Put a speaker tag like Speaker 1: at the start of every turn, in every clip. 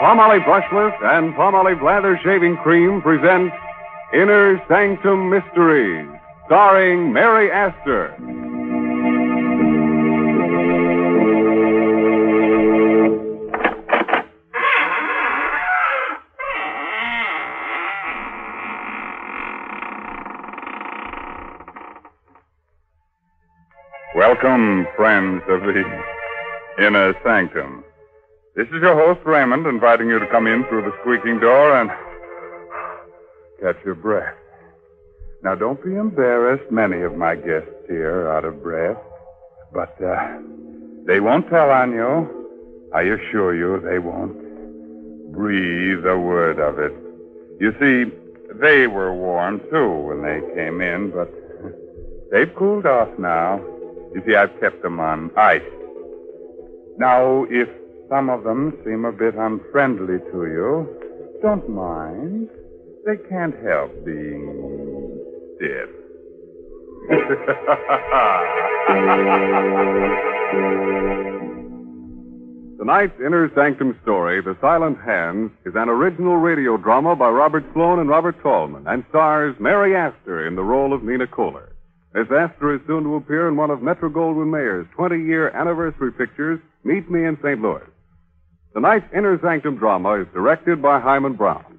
Speaker 1: Palm Olive Brushless and Palm Olive Lather Shaving Cream present Inner Sanctum Mysteries, starring Mary Astor. Welcome, friends of the Inner Sanctum. This is your host, Raymond, inviting you to come in through the squeaking door and catch your breath. Now, don't be embarrassed. Many of my guests here are out of breath. But uh, they won't tell on you. I assure you, they won't breathe a word of it. You see, they were warm, too, when they came in, but they've cooled off now. You see, I've kept them on ice. Now, if some of them seem a bit unfriendly to you, don't mind. They can't help being stiff. Tonight's Inner Sanctum story, The Silent Hands, is an original radio drama by Robert Sloan and Robert Tallman and stars Mary Astor in the role of Nina Kohler. Miss Astor is soon to appear in one of Metro Goldwyn Mayer's 20 year anniversary pictures, Meet Me in St. Louis. Tonight's Inner Sanctum drama is directed by Hyman Brown.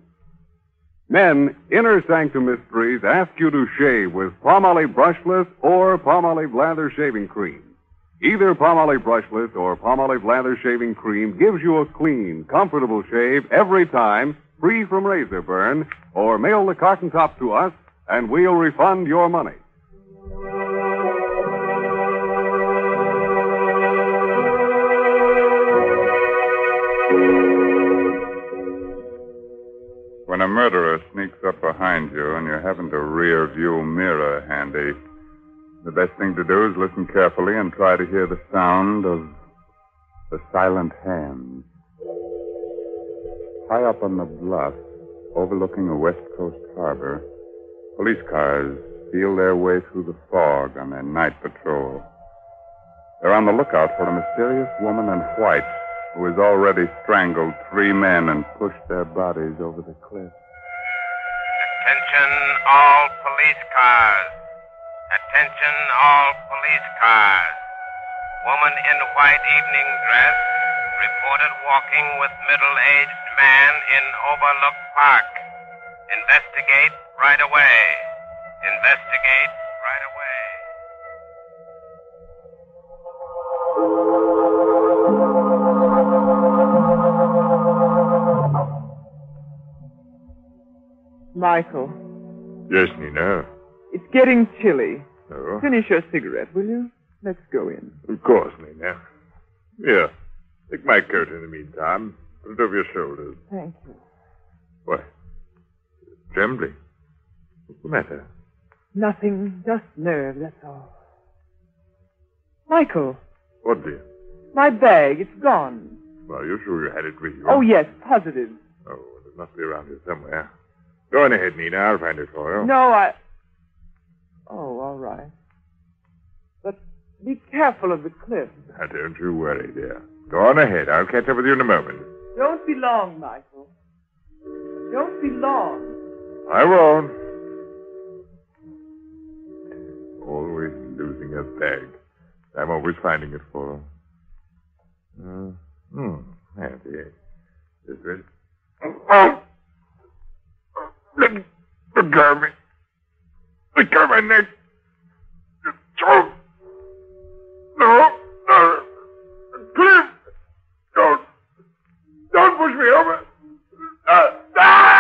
Speaker 1: Men, Inner Sanctum Mysteries ask you to shave with Palmolive Brushless or Palmolive Lather Shaving Cream. Either Palmolive Brushless or Palmolive Lather Shaving Cream gives you a clean, comfortable shave every time, free from razor burn, or mail the carton top to us and we'll refund your money. When a murderer sneaks up behind you and you haven't a rear view mirror handy, the best thing to do is listen carefully and try to hear the sound of the silent hands. High up on the bluff, overlooking a West Coast harbor, police cars feel their way through the fog on their night patrol. They're on the lookout for a mysterious woman in white who has already strangled three men and pushed their bodies over the cliff.
Speaker 2: Attention all police cars. Attention all police cars. Woman in white evening dress reported walking with middle-aged man in Overlook Park. Investigate right away. Investigate right away.
Speaker 3: Michael,
Speaker 1: Yes, Nina.
Speaker 3: it's getting chilly.
Speaker 1: Oh,
Speaker 3: Finish your cigarette, will you? Let's go in.
Speaker 1: of course, Nina. Here, take my coat in the meantime. Put it over your shoulders.
Speaker 3: Thank you.
Speaker 1: What? Trembling. What's the matter?
Speaker 3: Nothing, just nerve, that's all. Michael,
Speaker 1: What, dear?
Speaker 3: my bag, it's gone.
Speaker 1: Well, you're sure you had it with you?
Speaker 3: Oh, yes, positive.
Speaker 1: Oh, well, it must be around here somewhere. Go on ahead, Nina. I'll find it for you.
Speaker 3: No, I. Oh, all right. But be careful of the cliff.
Speaker 1: Now, don't you worry, dear. Go on ahead. I'll catch up with you in a moment.
Speaker 3: Don't be long, Michael. Don't be long.
Speaker 1: I won't. Always losing a bag. I'm always finding it for her. Uh, hmm. There it is. This is. Oh! Let, let go of me. Let go of my neck. You don't. No. No. Please. Don't. Don't push me over. Uh, ah!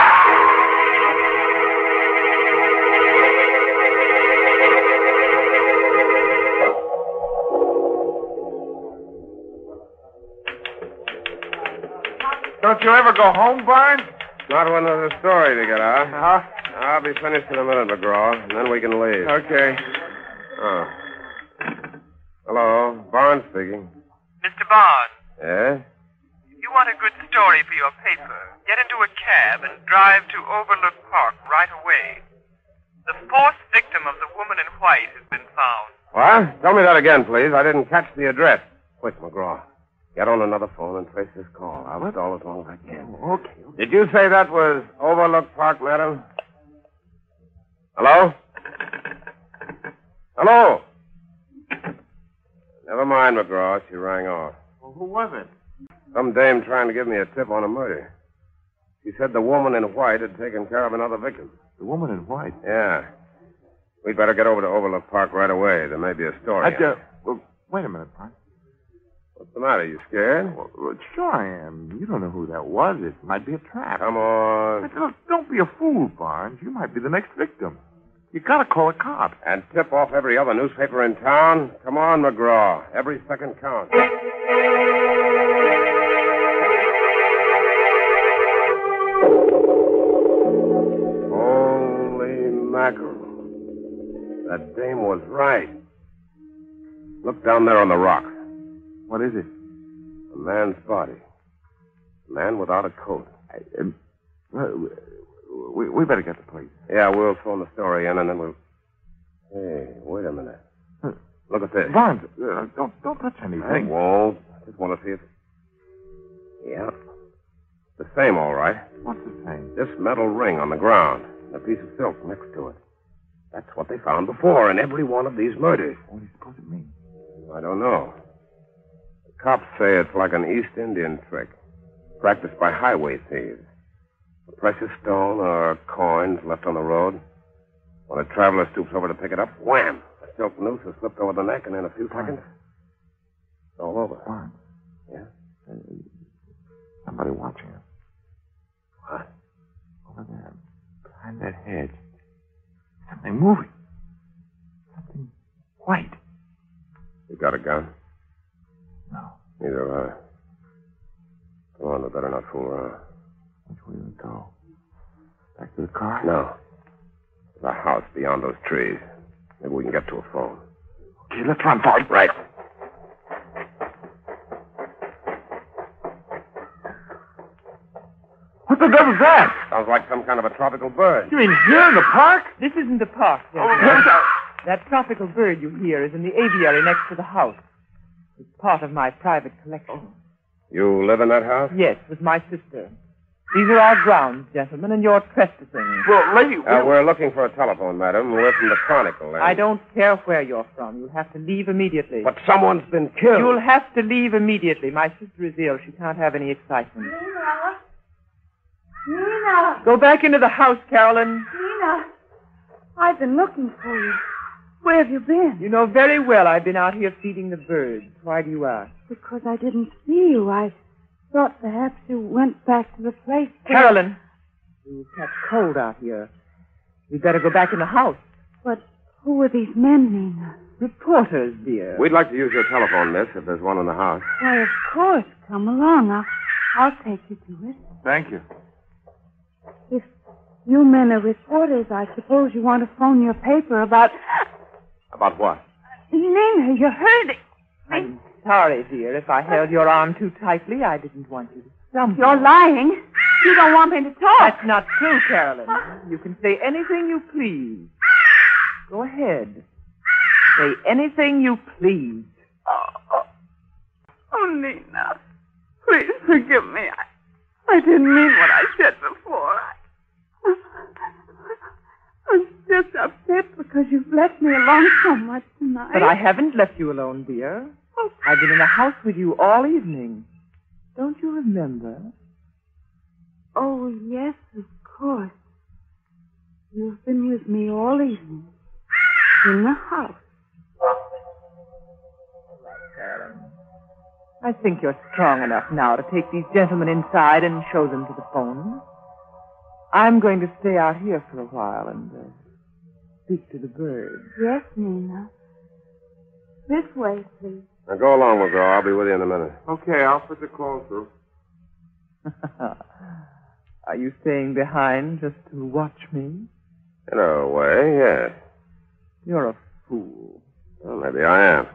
Speaker 2: Don't you ever go home, Barnes?
Speaker 4: Got one other story to get out.
Speaker 2: Huh?
Speaker 1: Uh-huh.
Speaker 4: I'll be finished in a minute, McGraw, and then we can leave.
Speaker 2: Okay.
Speaker 4: Oh. Hello, Barnes speaking.
Speaker 5: Mr. Bond,
Speaker 4: Yeah?
Speaker 5: if you want a good story for your paper, get into a cab and drive to Overlook Park right away. The fourth victim of the woman in white has been
Speaker 4: What? Tell me that again, please. I didn't catch the address. Quick, McGraw. Get on another phone and trace this call. I'll stall as long as I can.
Speaker 3: Oh, okay.
Speaker 4: Did you say that was Overlook Park Meadow? Hello? Hello? Never mind, McGraw. She rang off.
Speaker 2: Well, who was it?
Speaker 4: Some dame trying to give me a tip on a murder. She said the woman in white had taken care of another victim.
Speaker 2: The woman in white.
Speaker 4: Yeah. We'd better get over to Overlook Park right away. There may be a story.
Speaker 2: I
Speaker 4: in it.
Speaker 2: uh, well, wait a minute, Bart.
Speaker 4: What's the matter? You scared?
Speaker 2: Well, well, sure I am. You don't know who that was. It might be a trap.
Speaker 1: Oh,
Speaker 4: Come on.
Speaker 2: But Look, don't be a fool, Barnes. You might be the next victim. You gotta call the cops.
Speaker 4: And tip off every other newspaper in town. Come on, McGraw. Every second counts. Holy mackerel. That dame was right. Look down there on the rock.
Speaker 2: What is it?
Speaker 4: A man's body. A man without a coat.
Speaker 2: I, um, well, we, we better get the police.
Speaker 4: Yeah, we'll phone the story in and then we'll. Hey, wait a minute.
Speaker 2: Huh.
Speaker 4: Look at this.
Speaker 2: Barnes, uh, don't don't touch
Speaker 4: I
Speaker 2: anything.
Speaker 4: won't. Just want to see if. Yeah. The same, all right.
Speaker 2: What's the thing?
Speaker 4: This metal ring on the ground and a piece of silk next to it. That's what they found before in every one of these murders.
Speaker 2: What do you suppose it means?
Speaker 4: I don't know. The cops say it's like an East Indian trick, practiced by highway thieves. A precious stone or coins left on the road. When a traveler stoops over to pick it up, wham! A silk noose is slipped over the neck, and in a few seconds, it's all over.
Speaker 2: Barnes.
Speaker 4: Yeah?
Speaker 2: Uh, somebody watching us.
Speaker 4: What?
Speaker 2: Over there, behind that hedge. Something moving. Something white.
Speaker 4: You got a gun?
Speaker 2: No,
Speaker 4: Neither have I. Come on, we better not fool around.
Speaker 2: which way do we go? Back to the car?
Speaker 4: No. There's a house beyond those trees. Maybe we can get to a phone.
Speaker 2: Okay, let's run, Barnes. Right. What the devil's that?
Speaker 4: Sounds like some kind of a tropical bird.
Speaker 2: You mean here in the park?
Speaker 3: This isn't the park. Dennis.
Speaker 5: Oh,
Speaker 3: That tropical bird you hear is in the aviary next to the house. It's part of my private collection.
Speaker 5: Oh.
Speaker 4: You live in that house?
Speaker 3: Yes, with my sister. These are our grounds, gentlemen, and you're trespassing.
Speaker 2: Well, lady,
Speaker 4: Uh, we're looking for a telephone, madam. We're from the Chronicle. and-
Speaker 3: I don't care where you're from. You'll have to leave immediately.
Speaker 4: But someone's been killed.
Speaker 3: You'll have to leave immediately. My sister is ill. She can't have any excitement.
Speaker 6: Nina. Nina.
Speaker 3: Go back into the house, Carolyn.
Speaker 6: Nina. I've been looking for you. Where have you been?
Speaker 3: You know very well I've been out here feeding the birds. Why do you ask?
Speaker 6: Because I didn't see you. I thought perhaps you went back to the place. where-
Speaker 3: Carolyn! You catch cold out here. We'd better go back in the house.
Speaker 6: But who were these men, Nina?
Speaker 3: Reporters, dear.
Speaker 4: We'd like to use your telephone, miss, if there's one in the house.
Speaker 6: Why, of course. Come along. I'll, I'll take you to it.
Speaker 2: Thank you.
Speaker 6: If you men are reporters, I suppose you want to phone your paper about.
Speaker 4: About what?
Speaker 6: Nina, you're hurting.
Speaker 3: I'm sorry, dear. If I held your arm too tightly, I didn't want you to stumble.
Speaker 6: You're lying. You don't want me to talk.
Speaker 3: That's not true, Carolyn. You can say anything you please. Go ahead. Say anything you please.
Speaker 7: Oh, Nina, please forgive me. I, I didn't mean what I said before. I, I'm just upset.
Speaker 6: Because you've left me alone so much tonight.
Speaker 3: But I haven't left you alone, dear. I've been in the house with you all evening. Don't you remember?
Speaker 6: Oh, yes, of course. You've been with me all evening. In the house.
Speaker 3: I think you're strong enough now to take these gentlemen inside and show them to the phone. I'm going to stay out here for a while and uh, speak to the birds.
Speaker 6: Yes, Nina. This way, please.
Speaker 4: Now go along, McGraw. I'll be with you in a minute.
Speaker 2: Okay, I'll put the call through.
Speaker 3: Are you staying behind just to watch me?
Speaker 4: In a way, yes.
Speaker 3: You're a fool.
Speaker 4: Well, maybe I am.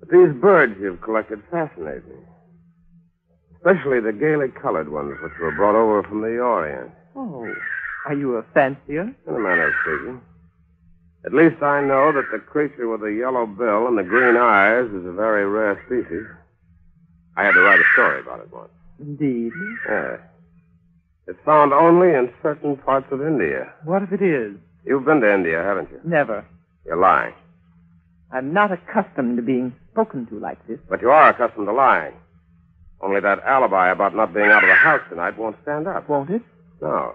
Speaker 4: But these birds you've collected fascinate me. Especially the gaily colored ones which were brought over from the Orient,
Speaker 3: Oh, are you a fancier?
Speaker 4: in a manner of speaking. At least I know that the creature with the yellow bill and the green eyes is a very rare species. I had to write a story about it once.
Speaker 3: Indeed.
Speaker 4: Yeah. It's found only in certain parts of India.
Speaker 3: What if it is?
Speaker 4: You've been to India, haven't you?
Speaker 3: Never.
Speaker 4: You're lying.
Speaker 3: I'm not accustomed to being spoken to like this.
Speaker 4: But you are accustomed to lying. Only that alibi about not being out of the house tonight won't stand up.
Speaker 3: Won't it?
Speaker 4: No.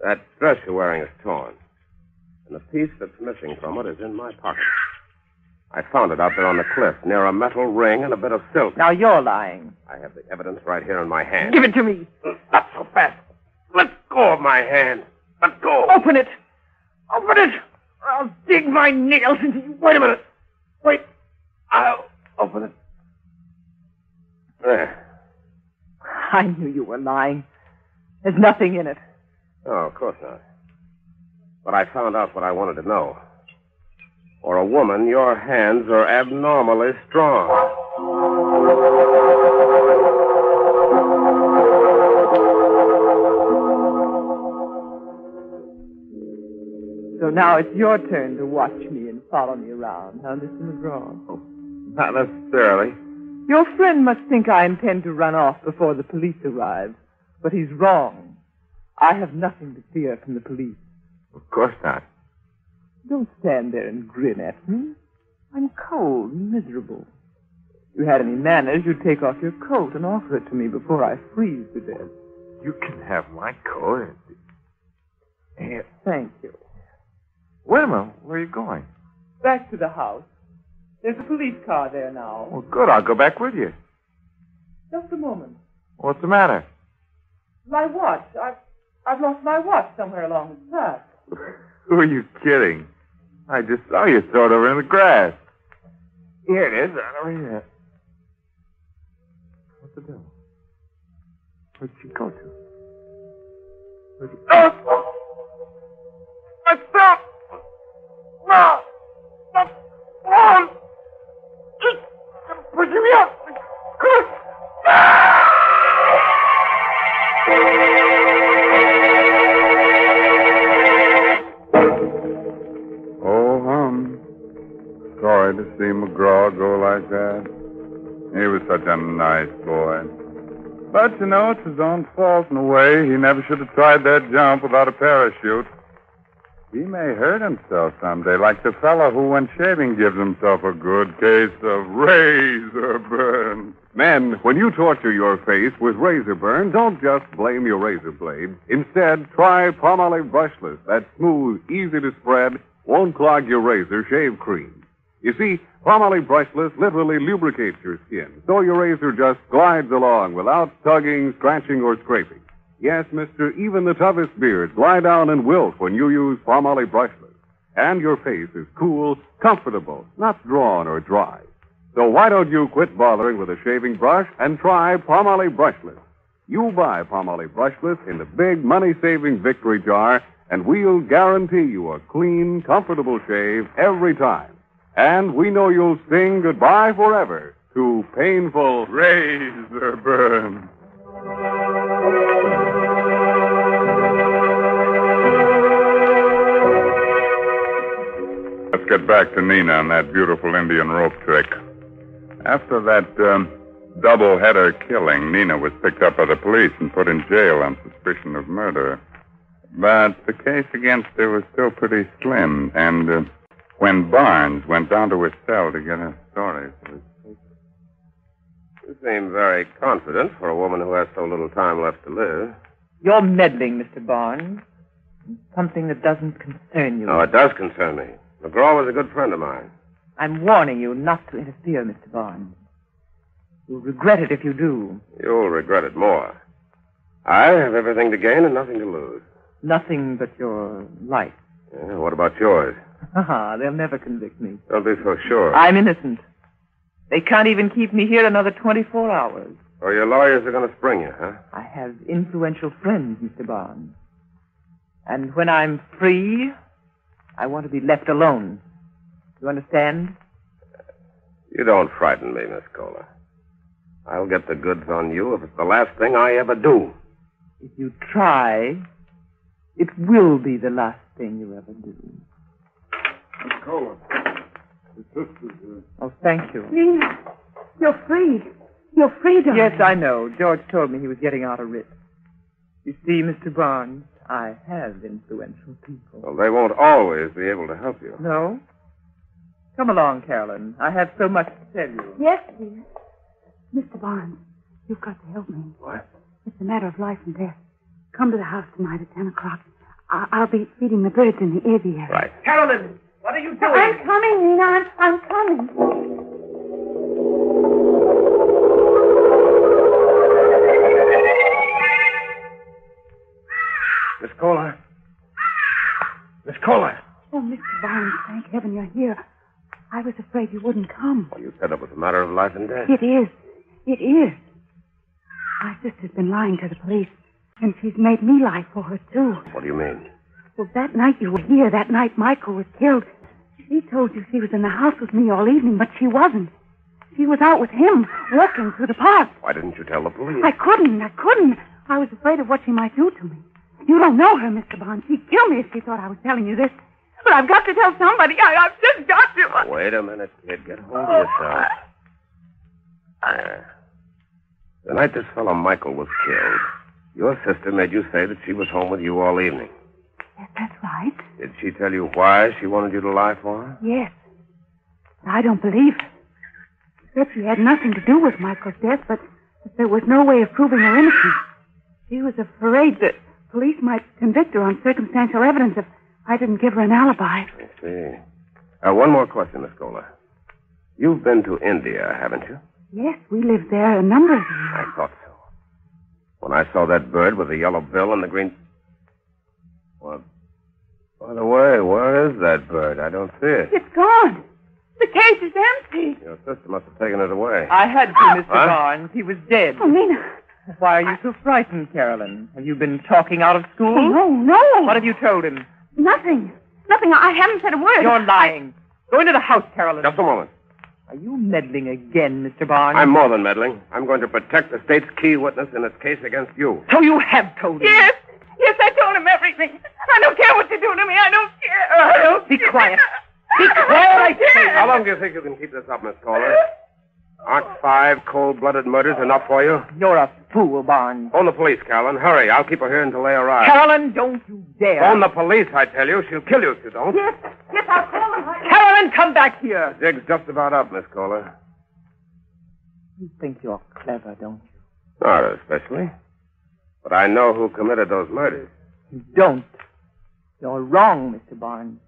Speaker 4: That dress you're wearing is torn. And the piece that's missing from it is in my pocket. I found it out there on the cliff, near a metal ring and a bit of silk.
Speaker 3: Now you're lying.
Speaker 4: I have the evidence right here in my hand.
Speaker 3: Give it to me.
Speaker 4: Not so fast. Let go of my hand. Let go.
Speaker 3: Open it. Open it. I'll dig my nails into you.
Speaker 4: Wait a minute. Wait. I'll open it. There.
Speaker 3: I knew you were lying. There's nothing in it.
Speaker 4: No, Oh, of course not. But I found out what I wanted to know. For a woman, your hands are abnormally strong.
Speaker 3: So now it's your turn to watch me and follow me around, huh, Mr. McGraw?
Speaker 4: Not necessarily.
Speaker 3: Your friend must think I intend to run off before the police arrive, but he's wrong. I have nothing to fear from the police.
Speaker 4: Of course not.
Speaker 3: Don't stand there and grin at me. I'm cold and miserable. If you had any manners, you'd take off your coat and offer it to me before I freeze to death.
Speaker 2: You can have my coat. Here.
Speaker 3: Thank you.
Speaker 2: Wait a minute. Where are you going?
Speaker 3: Back to the house. There's a police car there now.
Speaker 2: Well, good. I'll go back with you.
Speaker 3: Just a moment.
Speaker 2: What's the matter?
Speaker 3: My watch. I've, I've lost my watch somewhere along the path.
Speaker 2: Who are you kidding? I just saw you throw it over in the grass. Here it is, right over here. What the devil? Where'd she go to? Where'd she... Oh! I fell! No! The lawn! Just pushing me up! Good!
Speaker 1: Oh, hum. Sorry to see McGraw go like that. He was such a nice boy. But, you know, it's his own fault in a way. He never should have tried that jump without a parachute. He may hurt himself someday, like the fellow who, when shaving, gives himself a good case of razor burn.
Speaker 8: Men, when you torture your face with razor burn, don't just blame your razor blade. Instead, try Palmolive Brushless, that smooth, easy to spread, won't clog your razor shave cream. You see, Palmolive Brushless literally lubricates your skin, so your razor just glides along without tugging, scratching, or scraping. Yes, mister, even the toughest beards lie down and wilt when you use Palmolive Brushless. And your face is cool, comfortable, not drawn or dry. So why don't you quit bothering with a shaving brush and try Palmolive Brushless? You buy Palmolive Brushless in the big money-saving victory jar, and we'll guarantee you a clean, comfortable shave every time. And we know you'll sing goodbye forever to painful
Speaker 1: Razor burn. Let's get back to Nina and that beautiful Indian rope trick. After that um, double header killing, Nina was picked up by the police and put in jail on suspicion of murder. But the case against her was still pretty slim, and uh, when Barnes went down to his cell to get her story for his
Speaker 4: You seem very confident for a woman who has so little time left to live.
Speaker 3: You're meddling, Mr. Barnes. in Something that doesn't concern you.
Speaker 4: No, it does concern me. McGraw was a good friend of mine.
Speaker 3: I'm warning you not to interfere, Mr. Barnes. You'll regret it if you do.
Speaker 4: You'll regret it more. I have everything to gain and nothing to lose.
Speaker 3: Nothing but your life.
Speaker 4: Yeah, what about yours?
Speaker 3: Ah, they'll never convict me.
Speaker 4: Don't be so sure.
Speaker 3: I'm innocent. They can't even keep me here another 24 hours.
Speaker 4: Or your lawyers are going to spring you, huh?
Speaker 3: I have influential friends, Mr. Barnes. And when I'm free, I want to be left alone. You understand?
Speaker 4: You don't frighten me, Miss Cola. I'll get the goods on you if it's the last thing I ever do.
Speaker 3: If you try, it will be the last thing you ever do.
Speaker 9: Hold on. It's just, uh,
Speaker 3: Oh, thank you.
Speaker 6: Please. You're free. You're free, darling.
Speaker 3: Yes, I know. George told me he was getting out a writ. You see, Mr. Barnes, I have influential people.
Speaker 4: Well, they won't always be able to help you.
Speaker 3: No? Come along, Carolyn. I have so much to tell you.
Speaker 6: Yes, dear. Mr. Barnes, you've got to help me.
Speaker 4: What?
Speaker 6: It's a matter of life and death. Come to the house tonight at 10 o'clock. I- I'll be feeding the birds in the aviary.
Speaker 4: Right.
Speaker 5: Carolyn, what are you doing?
Speaker 6: I'm coming, Nina. I'm, I'm coming.
Speaker 4: Miss Cola? Miss Cola?
Speaker 6: Oh, Mr. Barnes, thank heaven you're here. I was afraid you wouldn't come.
Speaker 4: You said it was a matter of life and death.
Speaker 6: It is. It is. My sister's been lying to the police, and she's made me lie for her, too.
Speaker 4: What do you mean?
Speaker 6: Well, that night you were here, that night Michael was killed, she told you she was in the house with me all evening, but she wasn't. She was out with him, walking through the park.
Speaker 4: Why didn't you tell the police?
Speaker 6: I couldn't. I couldn't. I was afraid of what she might do to me. You don't know her, Mr. Barnes. She'd kill me if she thought I was telling you this. But I've got to tell somebody. I, I've just got to.
Speaker 4: Wait a minute, kid. Get hold of yourself. Ah. The night this fellow Michael was killed, your sister made you say that she was home with you all evening.
Speaker 6: Yes, that's right.
Speaker 4: Did she tell you why she wanted you to lie for her?
Speaker 6: Yes. But I don't believe her. She said she had nothing to do with Michael's death, but there was no way of proving her innocent. She was afraid that police might convict her on circumstantial evidence if I didn't give her an alibi.
Speaker 4: I see. Uh, one more question, Miss Cola. You've been to India, haven't you?
Speaker 6: Yes, we lived there a number of years.
Speaker 4: I thought so. When I saw that bird with the yellow bill and the green. Well, by the way, where is that bird? I don't see it.
Speaker 6: It's gone. The cage is empty.
Speaker 4: Your sister must have taken it away.
Speaker 3: I had to, Mr.
Speaker 4: Huh?
Speaker 3: Barnes. He was dead.
Speaker 6: Oh, Nina.
Speaker 3: Why are you so frightened, Carolyn? Have you been talking out of school?
Speaker 6: Oh, no, no.
Speaker 3: What have you told him?
Speaker 6: Nothing. Nothing. I haven't said a word.
Speaker 3: You're lying. Go into the house, Carolyn.
Speaker 4: Just a moment.
Speaker 3: Are you meddling again, Mr. Barnes?
Speaker 4: I'm more than meddling. I'm going to protect the state's key witness in its case against you.
Speaker 3: So you have told him.
Speaker 7: Yes. Yes, I told him everything. I don't care what you do to me. I don't care. I don't
Speaker 3: Oh, Be
Speaker 7: care.
Speaker 3: quiet. Be quiet, I say.
Speaker 4: How long do you think you can keep this up, Miss Caller? Aren't five cold-blooded murders enough for you?
Speaker 3: You're a fool, Barnes.
Speaker 4: Phone the police, Carolyn. Hurry. I'll keep her here until they arrive.
Speaker 3: Carolyn, don't you dare.
Speaker 4: Phone the police, I tell you. She'll kill you if you don't.
Speaker 6: Yes, yes, I'll call him.
Speaker 3: Carolyn, come back here.
Speaker 4: Dig's just about up, Miss Caller.
Speaker 3: You think you're clever, don't you?
Speaker 4: Not especially. But I know who committed those murders.
Speaker 3: You don't. You're wrong, Mr. Barnes.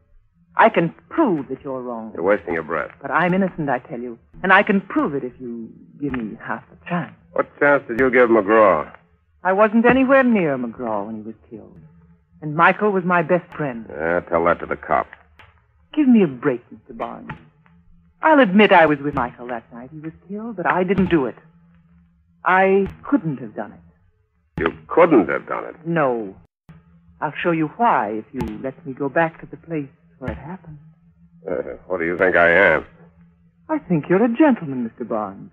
Speaker 3: I can prove that you're wrong.
Speaker 4: You're wasting your breath.
Speaker 3: But I'm innocent, I tell you. And I can prove it if you give me half a chance.
Speaker 4: What chance did you give McGraw?
Speaker 3: I wasn't anywhere near McGraw when he was killed. And Michael was my best friend.
Speaker 4: Yeah, tell that to the cops.
Speaker 3: Give me a break, Mr. Barnes. I'll admit I was with Michael that night he was killed, but I didn't do it. I couldn't have done it.
Speaker 4: You couldn't have done it.
Speaker 3: No. I'll show you why if you let me go back to the place where it happened.
Speaker 4: Uh, what do you think I am?
Speaker 3: I think you're a gentleman, Mr. Barnes.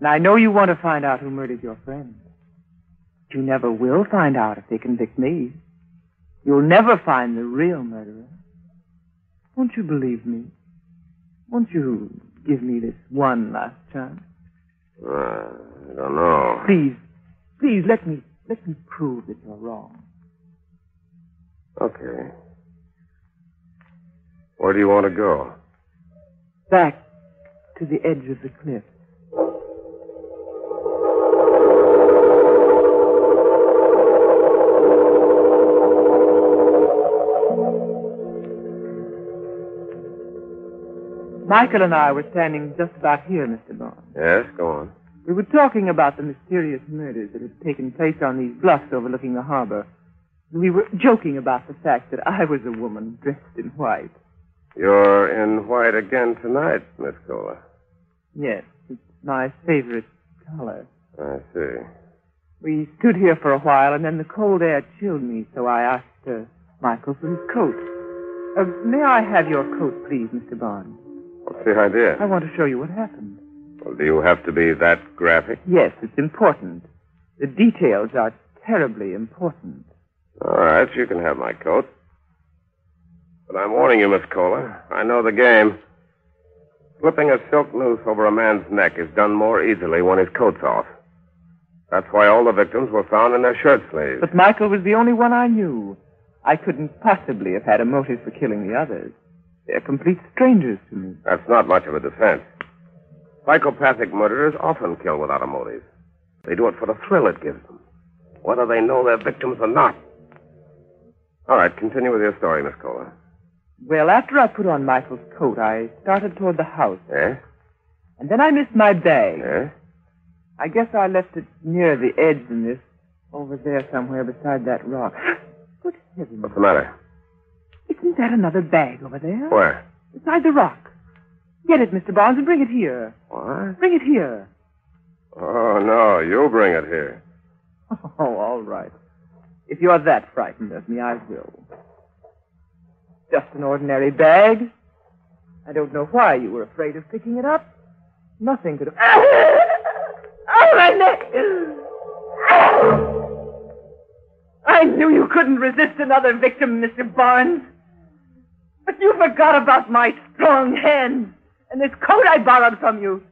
Speaker 3: And I know you want to find out who murdered your friend. But you never will find out if they convict me. You'll never find the real murderer. Won't you believe me? Won't you give me this one last chance?
Speaker 4: Uh, I don't know.
Speaker 3: Please, please let me let me prove that you're wrong.
Speaker 4: Okay. Where do you want to go?
Speaker 3: Back to the edge of the cliff. Michael and I were standing just about here, Mr. Barnes.
Speaker 4: Yes, go on.
Speaker 3: We were talking about the mysterious murders that had taken place on these bluffs overlooking the harbor. We were joking about the fact that I was a woman dressed in white.
Speaker 4: You're in white again tonight, Miss Cola.
Speaker 3: Yes, it's my favorite color.
Speaker 4: I see.
Speaker 3: We stood here for a while, and then the cold air chilled me, so I asked uh, Michael for his coat. Uh, may I have your coat, please, Mr. Barnes?
Speaker 4: What's the idea?
Speaker 3: I want to show you what happened.
Speaker 4: Well, do you have to be that graphic?
Speaker 3: Yes, it's important. The details are terribly important.
Speaker 4: All right, you can have my coat. But But I'm warning you, Miss Cola. I know the game. Flipping a silk noose over a man's neck is done more easily when his coat's off. That's why all the victims were found in their shirt sleeves.
Speaker 3: But Michael was the only one I knew. I couldn't possibly have had a motive for killing the others. They're complete strangers to me.
Speaker 4: That's not much of a defense. Psychopathic murderers often kill without a motive. They do it for the thrill it gives them, whether they know their victims or not. All right, continue with your story, Miss Cola.
Speaker 3: Well, after I put on Michael's coat, I started toward the house.
Speaker 4: Eh?
Speaker 3: And then I missed my bag.
Speaker 4: Eh?
Speaker 3: I guess I left it near the edge in this, over there somewhere beside that rock. Good heavens.
Speaker 4: What's the matter?
Speaker 3: Isn't that another bag over there?
Speaker 4: Where?
Speaker 3: Beside the rock. Get it, Mr. Barnes, and bring it here.
Speaker 4: What?
Speaker 3: Bring it here.
Speaker 4: Oh, no, you bring it here.
Speaker 3: Oh, all right. If you're that frightened of me, I will. Just an ordinary bag. I don't know why you were afraid of picking it up. Nothing could have. oh, my neck! I knew you couldn't resist another victim, Mr. Barnes. But you forgot about my strong hand and this coat I borrowed from you.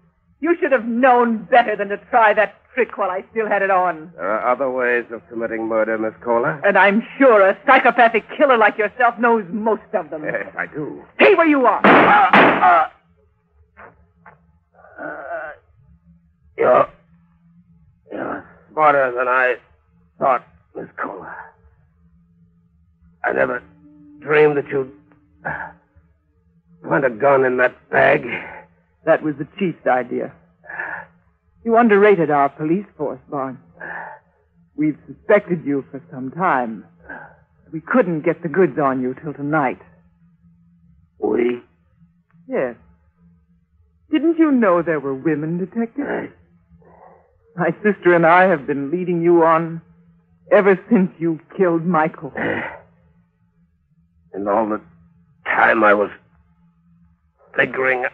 Speaker 3: You should have known better than to try that trick while I still had it on.
Speaker 4: There are other ways of committing murder, Miss Cola.
Speaker 3: And I'm sure a psychopathic killer like yourself knows most of them.
Speaker 4: Yes, I do.
Speaker 3: Stay where you are. Uh,
Speaker 4: uh, uh, you're, you're smarter than I thought, Miss Cola. I never dreamed that you'd plant a gun in that bag.
Speaker 3: That was the chief's idea. You underrated our police force, Barnes. We've suspected you for some time. We couldn't get the goods on you till tonight.
Speaker 4: We?
Speaker 3: Yes. Didn't you know there were women detectives? My sister and I have been leading you on ever since you killed Michael.
Speaker 4: And all the time I was figuring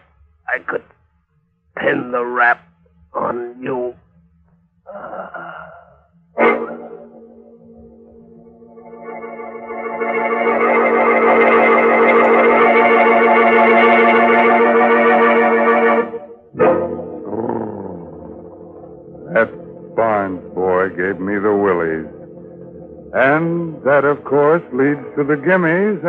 Speaker 4: I could pin the rap on you. Uh...
Speaker 1: Oh, That Barnes boy gave me the willies. And that, of course, leads to the gimmies.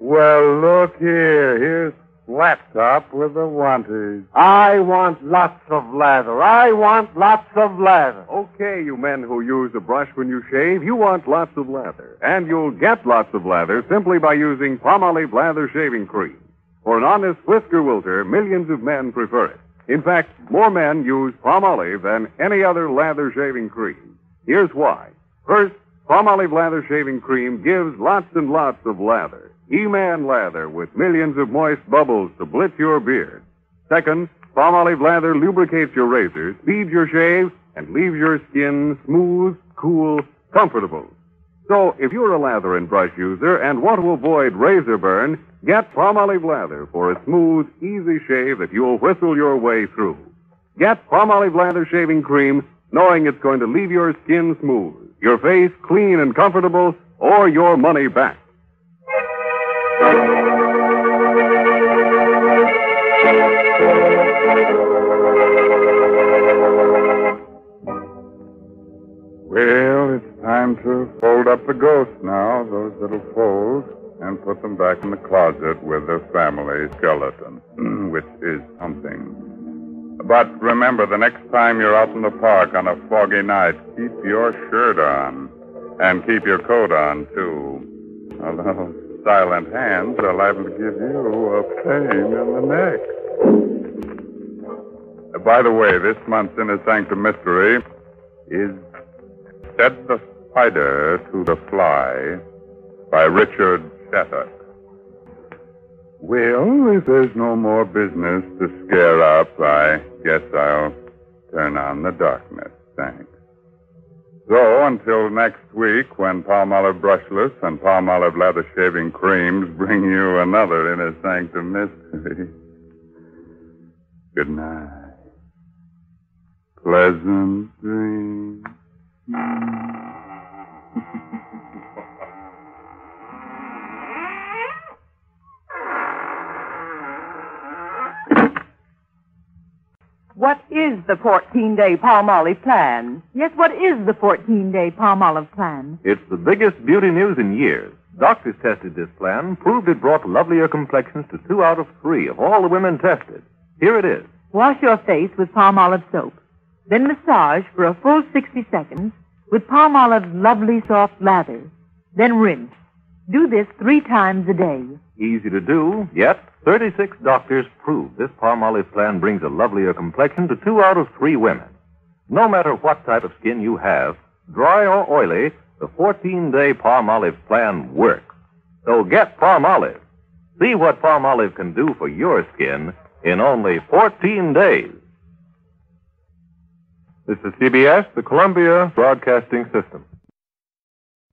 Speaker 1: Well, look here. Here's Laptop with the wanties.
Speaker 10: I want lots of lather. I want lots of lather.
Speaker 8: Okay, you men who use a brush when you shave, you want lots of lather. And you'll get lots of lather simply by using Palmolive Lather Shaving Cream. For an honest whisker wilter, millions of men prefer it. In fact, more men use Palmolive than any other lather shaving cream. Here's why. First, Palmolive Lather Shaving Cream gives lots and lots of lather. E-Man lather with millions of moist bubbles to blitz your beard. Second, palm olive lather lubricates your razor, speeds your shave, and leaves your skin smooth, cool, comfortable. So, if you're a lather and brush user and want to avoid razor burn, get palm olive lather for a smooth, easy shave that you'll whistle your way through. Get palm olive lather shaving cream knowing it's going to leave your skin smooth, your face clean and comfortable, or your money back.
Speaker 1: Well, it's time to fold up the ghosts now, those little folds, and put them back in the closet with the family skeleton, which is something. But remember, the next time you're out in the park on a foggy night, keep your shirt on. And keep your coat on, too. Although silent hands are liable to give you a pain in the neck. By the way, this month's Inner Sanctum Mystery is Set the Spider to the Fly by Richard Shattuck. Well, if there's no more business to scare up, I guess I'll turn on the darkness. Thanks. So, until next week, when palm olive brushless and palm olive lather shaving creams bring you another inner sanctum mystery. Good night. Pleasant dreams.
Speaker 11: What is the 14 day palm olive plan?
Speaker 3: Yes, what is the 14 day palm olive plan?
Speaker 12: It's the biggest beauty news in years. Doctors tested this plan, proved it brought lovelier complexions to two out of three of all the women tested. Here it is.
Speaker 3: Wash your face with palm olive soap, then massage for a full 60 seconds with palm olive's lovely soft lather, then rinse. Do this three times a day.
Speaker 12: Easy to do, yet 36 doctors prove this palm olive plan brings a lovelier complexion to two out of three women. No matter what type of skin you have, dry or oily, the 14 day palm olive plan works. So get palm olive. See what palm olive can do for your skin in only 14 days.
Speaker 1: This is CBS, the Columbia Broadcasting System.